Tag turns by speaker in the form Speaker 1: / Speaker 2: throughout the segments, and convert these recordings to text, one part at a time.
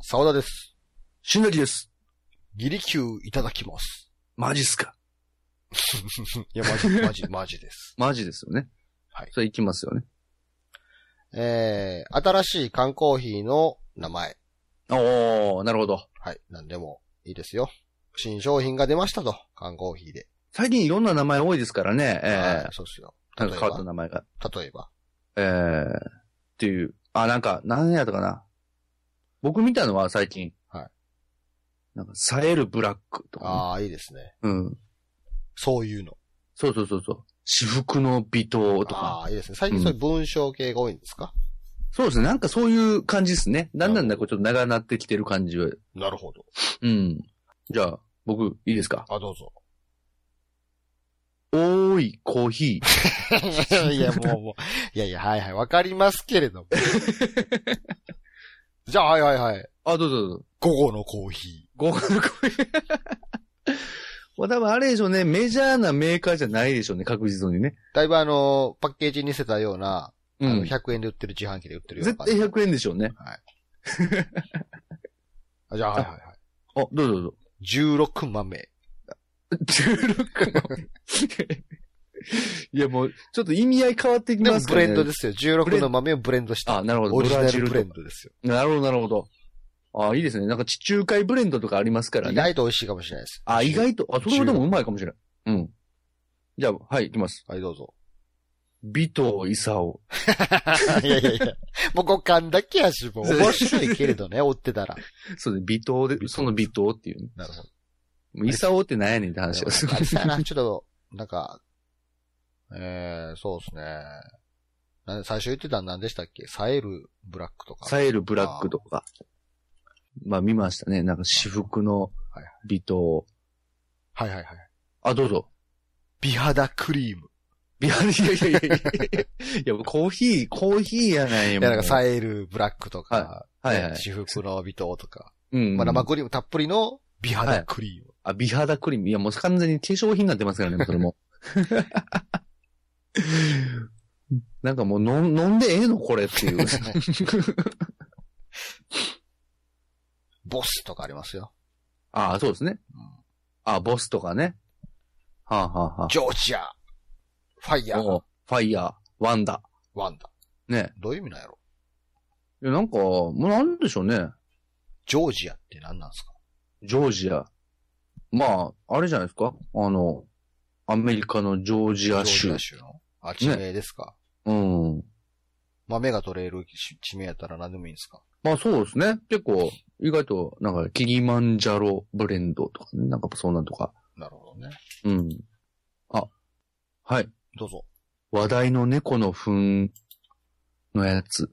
Speaker 1: 沢田です。
Speaker 2: しんどりです。
Speaker 1: ギリキューいただきます。
Speaker 2: マジっすか
Speaker 1: いや、マ ジ、マジ、マジです。
Speaker 2: マジですよね。
Speaker 1: はい
Speaker 2: それ行きますよね。
Speaker 1: えー、新しい缶コーヒーの名前。
Speaker 2: おー、なるほど。
Speaker 1: はい、なんでもいいですよ。新商品が出ましたと、缶コーヒーで。
Speaker 2: 最近いろんな名前多いですからね。え
Speaker 1: はい
Speaker 2: え
Speaker 1: そうっすよ。
Speaker 2: な
Speaker 1: 例
Speaker 2: ん
Speaker 1: え
Speaker 2: か変わった
Speaker 1: ば、
Speaker 2: 名前が。
Speaker 1: 例えば。
Speaker 2: ええっていう。あ、なんか、何やったかな。僕見たのは最近。
Speaker 1: はい。
Speaker 2: なんか、サエルブラックとか、
Speaker 1: ああ、いいですね。
Speaker 2: ね。うん。
Speaker 1: そういうの。
Speaker 2: そうそうそうそう。私服の微糖とか。
Speaker 1: ああ、いいですね。最近そういう文章系が多いんですか、
Speaker 2: そうですね。なんかそういう感じですね。だんだんなんかちょっと長なってきてる感じは。
Speaker 1: なるほど。
Speaker 2: うん。じゃあ、僕、いいですか
Speaker 1: あ、どう ぞ。
Speaker 2: おーい、コーヒー。
Speaker 1: いや、もう、もう。いやいや、はいはい。わかりますけれ ども。じゃあ、はいはいはい。
Speaker 2: あ、どうぞどうぞ。
Speaker 1: 午後のコーヒー。
Speaker 2: 合格の声。 まあ多分あれでしょうね。メジャーなメーカーじゃないでしょうね。確実にね。
Speaker 1: だいぶあの、パッケージにせたような、
Speaker 2: う
Speaker 1: あの、
Speaker 2: ん。
Speaker 1: 100円で売ってる自販機で売ってるような
Speaker 2: 絶対100円でしょうね。
Speaker 1: あじゃあ、はいはいはい。
Speaker 2: あ、どうぞどう ぞ。
Speaker 1: 16豆。
Speaker 2: 16の。いやもう、ちょっと意味合い変わってき
Speaker 1: で
Speaker 2: ま
Speaker 1: も
Speaker 2: すか
Speaker 1: ブ
Speaker 2: ら
Speaker 1: レ
Speaker 2: ね。
Speaker 1: ンドですよ。16の豆をブレンドした。
Speaker 2: あ、なるほど。
Speaker 1: オリジナル
Speaker 2: と
Speaker 1: ブ
Speaker 2: か
Speaker 1: レンドですよ。
Speaker 2: なるほど、なるほど。あ、いいですね。なんか地中海ブレンドとかありますから
Speaker 1: 意
Speaker 2: ね。
Speaker 1: 外と美味しいかもしれないです。
Speaker 2: あ、意外と。あ、それでもうまいかもしれない。うん。じゃあ、はい、いきます。
Speaker 1: はい、どうぞ。
Speaker 2: 尾藤勲。
Speaker 1: いやいやいや。もう五感だけやし、もう。面白いけれどね、追ってたら。
Speaker 2: そうね、尾藤で、その尾藤っていうね。
Speaker 1: なるほど。
Speaker 2: もうイサオって何やねんって話をする
Speaker 1: あ。れさな、ちょっと、なんか、えー、そうですね。なん最初言ってたの何でしたっけサエルブラックとか。
Speaker 2: サエルブラックとか。まあ見ましたね。なんか私服の
Speaker 1: はい
Speaker 2: 微糖。
Speaker 1: はいはいはい。
Speaker 2: あ、どうぞ。
Speaker 1: 美肌クリーム。
Speaker 2: いや、いやいやいやいや。いや、もうコーヒー、コーヒーやない
Speaker 1: い
Speaker 2: よ。
Speaker 1: や、なんかサエルブラックとか、
Speaker 2: はいはいはい
Speaker 1: 私服の微糖とか、
Speaker 2: うん。
Speaker 1: まあ、生クリームたっぷりの美肌クリーム。
Speaker 2: あ、美肌クリーム。いや、もう完全に化粧品になってますからね、それも。なんかもう飲ん飲んでええのこれっていう。
Speaker 1: ボスとかありますよ。
Speaker 2: ああ、そうですね。あボスとかね。はあ、はあはあ、
Speaker 1: ジョージア、ファイヤー、
Speaker 2: おファイヤー、ワンダ。
Speaker 1: ワンダ。
Speaker 2: ね。
Speaker 1: どういう意味なんやろ
Speaker 2: いや、なんか、もうなんでしょうね。
Speaker 1: ジョージアって何なんですか
Speaker 2: ジョージア。まあ、あれじゃないですかあの、アメリカのジョージア
Speaker 1: ジョー
Speaker 2: 州
Speaker 1: ジア。州の。あ、地名ですか。
Speaker 2: うん。
Speaker 1: まあ、目が取れるし地名やったら何でもいいんですか。
Speaker 2: まあそうですね。結構、意外と、なんか、キリマンジャロブレンドとかね、なんかそんなんとか。
Speaker 1: なるほどね。
Speaker 2: うん。あ、はい。
Speaker 1: どうぞ。
Speaker 2: 話題の猫の糞の やつ。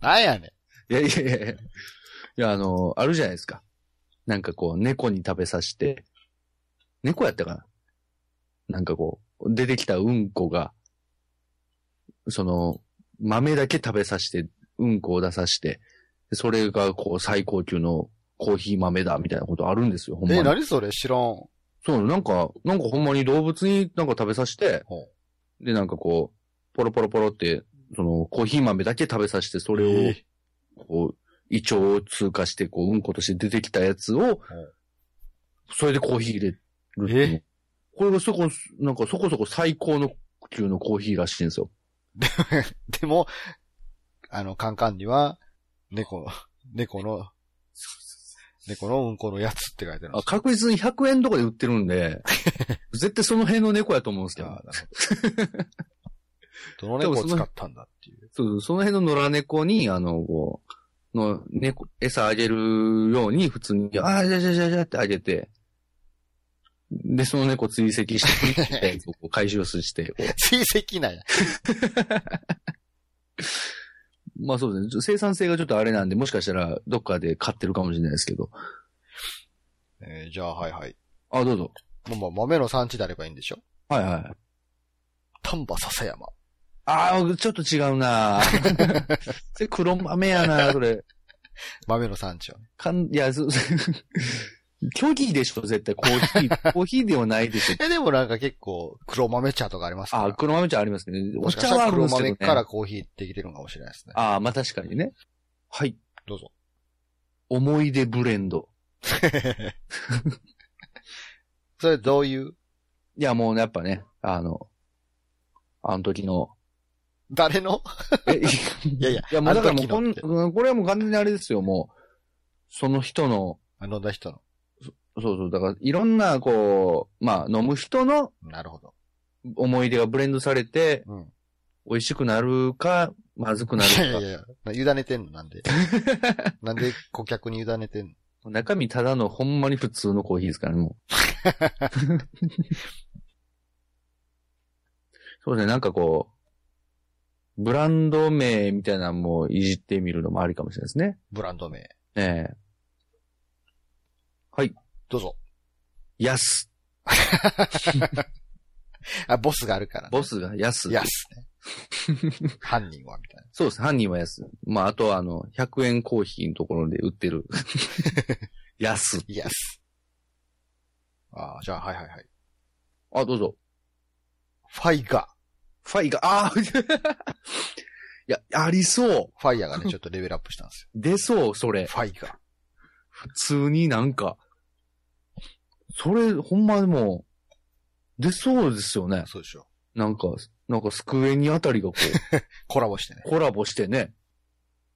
Speaker 1: なんやねん。
Speaker 2: いやいやいやいや。いや、あの、あるじゃないですか。なんかこう、猫に食べさせて、猫やったかななんかこう、出てきたうんこが、その、豆だけ食べさせて、うんこを出させて、でそれがこう、最高級のコーヒー豆だ、みたいなことあるんですよ、ほんま
Speaker 1: え、
Speaker 2: に。
Speaker 1: 何それ知らん。
Speaker 2: そう、なんか、なんかほんまに動物になんか食べさせて
Speaker 1: ほ、
Speaker 2: で、なんかこう、ポロポロポロって、その、コーヒー豆だけ食べさせて、それを、
Speaker 1: えー
Speaker 2: こう、胃腸を通過して、こう、うんことして出てきたやつを、それでコーヒー入れるっていうこれがそこ、なんかそこそこ最高の級のコーヒーらしいんですよ。
Speaker 1: でも、あの、カンカンには、猫の、猫の、猫のうんこのやつって書いてあるんで
Speaker 2: あ
Speaker 1: す
Speaker 2: 確実に100円とかで売ってる んで、絶対その辺の猫やと思うんですけ
Speaker 1: よ
Speaker 2: ど
Speaker 1: あ。ーなるほどどの猫を使ったんだっていう。
Speaker 2: そうそう、その辺の野良猫に、あの、こう、の、猫、餌あげるように、普通に、ああ、じゃじゃじゃじゃってあげて、で、その猫追跡して、 こう回収して、こ
Speaker 1: 追跡なんや。
Speaker 2: うまあそうですね、生産性がちょっとあれなんで、もしかしたら、どっかで買ってるかもしれないですけど。
Speaker 1: えーじゃあ、はいはい。
Speaker 2: あ、どうぞ。
Speaker 1: もう、まあ、豆の産地であればいいんでしょ
Speaker 2: はいはい。
Speaker 1: 丹波笹山。
Speaker 2: ああ、ちょっと違うな それ黒豆やなそれ。
Speaker 1: 豆の産地はね。
Speaker 2: かん、いや、そ、 虚偽でしょ、絶対。コーヒー、コーヒーではないでしょ。
Speaker 1: え、でもなんか結構、黒豆茶とかありますから。
Speaker 2: あ、黒豆茶ありますね。お
Speaker 1: もしかし
Speaker 2: 茶
Speaker 1: た
Speaker 2: は
Speaker 1: ら
Speaker 2: あるん
Speaker 1: 黒
Speaker 2: ですけど、ね。
Speaker 1: 豆からコーヒーできてるのかもしれないですね。
Speaker 2: ああ、まあ確かにね。はい。
Speaker 1: どうぞ。
Speaker 2: 思い出ブレンド。
Speaker 1: それどういう、
Speaker 2: いや、もうやっぱね、あの、あの時の、
Speaker 1: 誰の
Speaker 2: え、い
Speaker 1: いやいや、
Speaker 2: や、もうだからもう
Speaker 1: あ
Speaker 2: こ
Speaker 1: の
Speaker 2: ん、
Speaker 1: 時の
Speaker 2: これはもう完全にあれですよ、もう、その人の、
Speaker 1: あ飲んだ人の。
Speaker 2: そうそう、だからいろんな、こう、まあ、飲む人の
Speaker 1: なるほど。
Speaker 2: 思い出がブレンドされて、
Speaker 1: うん。
Speaker 2: 美味しくなるか、まずく
Speaker 1: い
Speaker 2: なるか。
Speaker 1: やいやいや、な委ねてんの なんで。なんで顧客に委ねてんの
Speaker 2: 中身ただのほんまに普通のコーヒーですからね、も う。そうですね、なんかこう、ブランド名みたいなのもいじってみるのもありかもしれないですね。
Speaker 1: ブランド名。
Speaker 2: ええ
Speaker 1: どうぞ。
Speaker 2: ヤス。
Speaker 1: あ、ボスがあるから、ね。
Speaker 2: ボスがヤス。
Speaker 1: いやっすね。 犯人はみたい
Speaker 2: そうです。犯人はヤス。まあ、あとはあの、100円コーヒーのところで売って る。ヤス。
Speaker 1: な。いやっす。ああ、じゃあ、はいはいはい。
Speaker 2: あ、どうぞ。
Speaker 1: ファイガ
Speaker 2: ファイが、ああ いや、ありそう。
Speaker 1: ー。ファイヤー がね、ちょっとレベルアップしたんです
Speaker 2: 出そう、それ
Speaker 1: よ。。ファイガー。
Speaker 2: 普通になんか、それ、ほんまでも、出そうですよね。
Speaker 1: そうでしょ。
Speaker 2: なんか、なんか、スクエニあたりがこ
Speaker 1: コラボしてね
Speaker 2: う、。コラボしてね。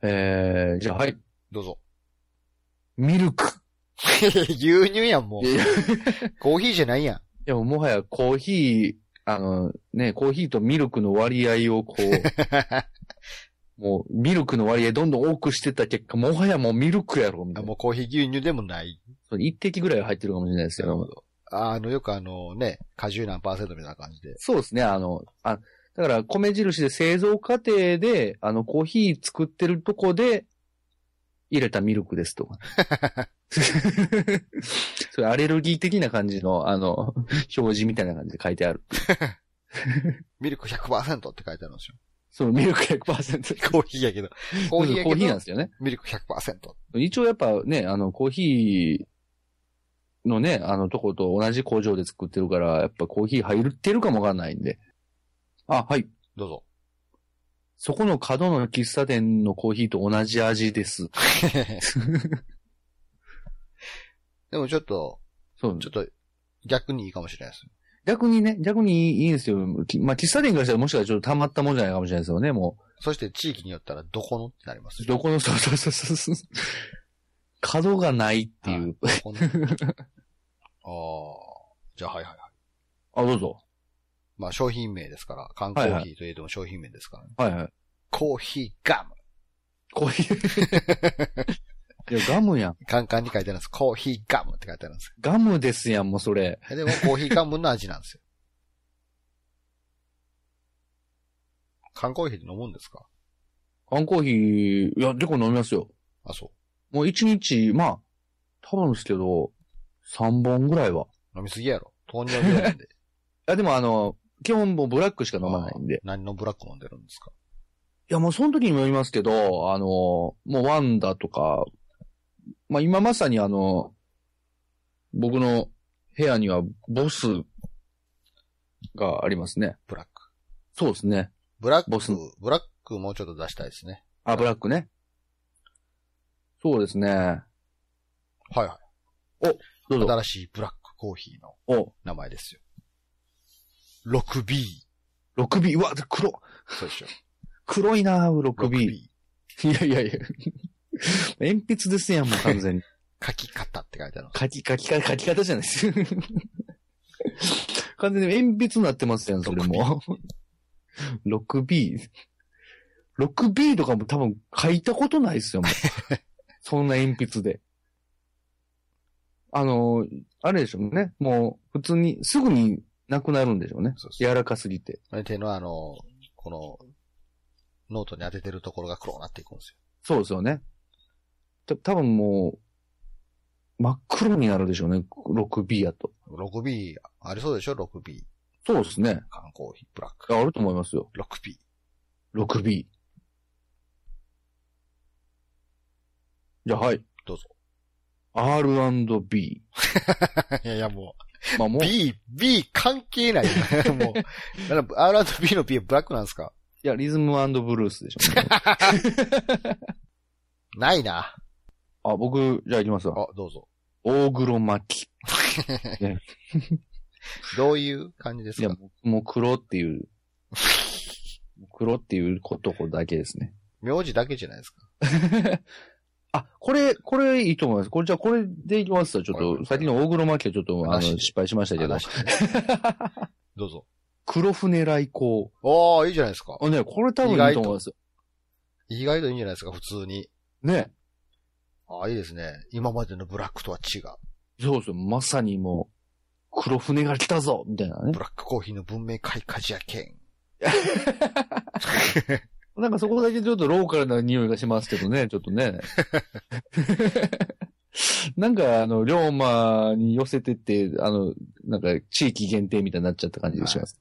Speaker 2: えー、じゃあ、はい。
Speaker 1: どう ぞ。
Speaker 2: ミルク。
Speaker 1: 牛乳やん、も
Speaker 2: いや
Speaker 1: う。
Speaker 2: いや、い
Speaker 1: コーヒーじゃないやん。
Speaker 2: やもはやコーヒー、あの、ね、コーヒーとミルクの割合をこ う、もう、ミルクの割合どんどん多くしてた結果、もはやもうミルクやろ、みた
Speaker 1: あ
Speaker 2: いな
Speaker 1: も。うコーヒー牛乳でもない。
Speaker 2: そう一滴ぐらいは入ってるかもしれないですけど。
Speaker 1: ああの、よくあのね、果汁何パーセントみたいな感じで。
Speaker 2: そうですね、あの、あ、だから米印で製造過程で、あの、コーヒー作ってるとこで、入れたミルクですとか。 それアレルギー的な感じの、あの、表示みたいな感じで書いてある。
Speaker 1: ミルク100%って書いてあるんですよ。
Speaker 2: そのミルク100%。
Speaker 1: コーヒーやけど。コーヒーや
Speaker 2: コーヒーな
Speaker 1: け
Speaker 2: んで
Speaker 1: ど、
Speaker 2: すよね。
Speaker 1: ミルク100%。
Speaker 2: 一応やっぱね、あの、コーヒーのね、あのとこと同じ工場で作ってるから、やっぱコーヒー入ってるかもわかんないんで。あ、はい。
Speaker 1: どうぞ。
Speaker 2: そこの角の喫茶店のコーヒーと同じ味です。
Speaker 1: でもちょっと、
Speaker 2: そう
Speaker 1: ちょっと、逆にいいかもしれないです。
Speaker 2: 逆にね、逆にいいんですよ。きまあ、喫茶店からしたらもしかしたらちょっと溜まったもんじゃないかもしれないですよね、も
Speaker 1: そして地域によったらどこのってなります
Speaker 2: う。
Speaker 1: よ。
Speaker 2: どこの、そうそうそうそう。角がないっていう。
Speaker 1: この ああ。じゃあはいはいはい。
Speaker 2: あ、どうぞ。
Speaker 1: まあ商品名ですから、缶コーヒーといえども商品名ですからね。
Speaker 2: はいはい。
Speaker 1: コーヒーガム。
Speaker 2: コーヒー。いや、ガムやん。
Speaker 1: カンカンに書いてあるんです。コーヒーガムって書いてあるんです
Speaker 2: ガムですやん、もうそれ。
Speaker 1: よ。でもコーヒーガムの味なんですよ。缶コーヒーで飲むんですか
Speaker 2: 缶コーヒー、いや、結構飲みますよ。
Speaker 1: あ、そ
Speaker 2: もう一日、まあ、多分ですけど、3本ぐらいは。
Speaker 1: う。飲みすぎやろ。糖尿病なん で。
Speaker 2: いや、でもあの、基本もうブラックしか飲まないんで。
Speaker 1: 何のブラック飲んでるんですか
Speaker 2: いや、もうその時にもよりますけど、あの、もうワンダとか、まあ今まさにあの、僕の部屋にはボスがありますね。
Speaker 1: ブラック。
Speaker 2: そうですね。
Speaker 1: ブラッ
Speaker 2: ボス
Speaker 1: ク、ブラックもうちょっと出したいですね。
Speaker 2: あ、ブラックね。そうですね。
Speaker 1: はいは
Speaker 2: どう
Speaker 1: い。
Speaker 2: ぞ。
Speaker 1: 新しいブラックコーヒーの
Speaker 2: お、
Speaker 1: 名前ですよ。6B。
Speaker 2: 6B。うわ、黒。
Speaker 1: そうでしょ。
Speaker 2: 黒いな、6B。
Speaker 1: 6B。
Speaker 2: いやいやい や。鉛筆ですやん、もう完全に。
Speaker 1: 書き方って書いてあるの。
Speaker 2: 書き、書き方、書き方じゃないです。 完全に鉛筆になってますやん、それも。6B。6B とかも多分書いたことないですよ、もう。そんな鉛筆で。あの、あれでしょうね。もう、普通に、すぐになくなるんでしょうね。
Speaker 1: そうそう
Speaker 2: 柔らかすぎて。
Speaker 1: 手のあの、この、ノートに当ててるところが黒くなっていくんですよ。
Speaker 2: そうですよね。た多分もう、真っ黒になるでしょうね。6B やと。
Speaker 1: 6B、ありそうでしょ ?6B。
Speaker 2: そうですね。
Speaker 1: 缶コーヒー、ブラック。
Speaker 2: あると思いますよ。
Speaker 1: 6B。
Speaker 2: 6B。じゃあ、はい。
Speaker 1: どうぞ。
Speaker 2: R&B。
Speaker 1: いやいや、も
Speaker 2: まあ、も
Speaker 1: う、
Speaker 2: う、い
Speaker 1: B、B 関係ない。 もう、だから R&B の B はブラックなんですか
Speaker 2: や、リズムブルースでしょうね、
Speaker 1: ないな。
Speaker 2: あ、僕、じゃあ行きますわ。
Speaker 1: あ、どうぞ。
Speaker 2: 大黒巻き。
Speaker 1: どういう感じです
Speaker 2: いや、
Speaker 1: か
Speaker 2: もうもう黒っていう、黒っていうことだけですね。
Speaker 1: 名字だけじゃないですか。
Speaker 2: あ、これ、これいいと思います。これ、じゃあこれでいきますわちょっ
Speaker 1: はい
Speaker 2: と、先の大黒巻きはちょっと、あの、
Speaker 1: なしで
Speaker 2: 失敗しましたけど、
Speaker 1: 話してどうぞ。
Speaker 2: 黒船来航。
Speaker 1: ああ、いいじゃないですか。
Speaker 2: あ、ね、これ多分いいと思いますよ。
Speaker 1: 意外といいんじゃないですか、普通に。
Speaker 2: ね。
Speaker 1: ああ、いいですね。今までのブラックとは違う。
Speaker 2: そうですよ。まさにもう、黒船が来たぞみたいなね
Speaker 1: ブ。ラックコーヒーの文明開花じゃけん。
Speaker 2: なんかそこだけちょっとローカルな匂いがしますけどね、ちょっとね。なんかあの、龍馬に寄せてって、あの、なんか地域限定みたいになっちゃった感じがします。